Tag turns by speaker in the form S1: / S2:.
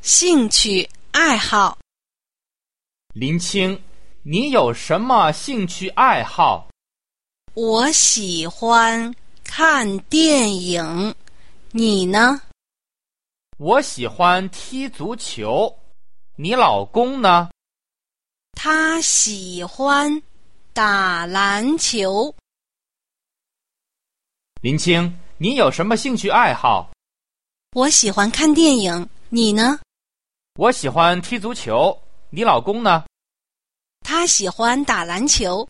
S1: 兴趣爱好，
S2: 林青，你有什么兴趣爱好？
S1: 我喜欢看电影，你呢？
S2: 我喜欢踢足球。你老公呢？
S1: 他喜欢打篮球。
S2: 林青，你有什么兴趣爱好？
S1: 我喜欢看电影，你呢？
S2: 我喜欢踢足球。你老公呢？
S1: 他喜欢打篮球。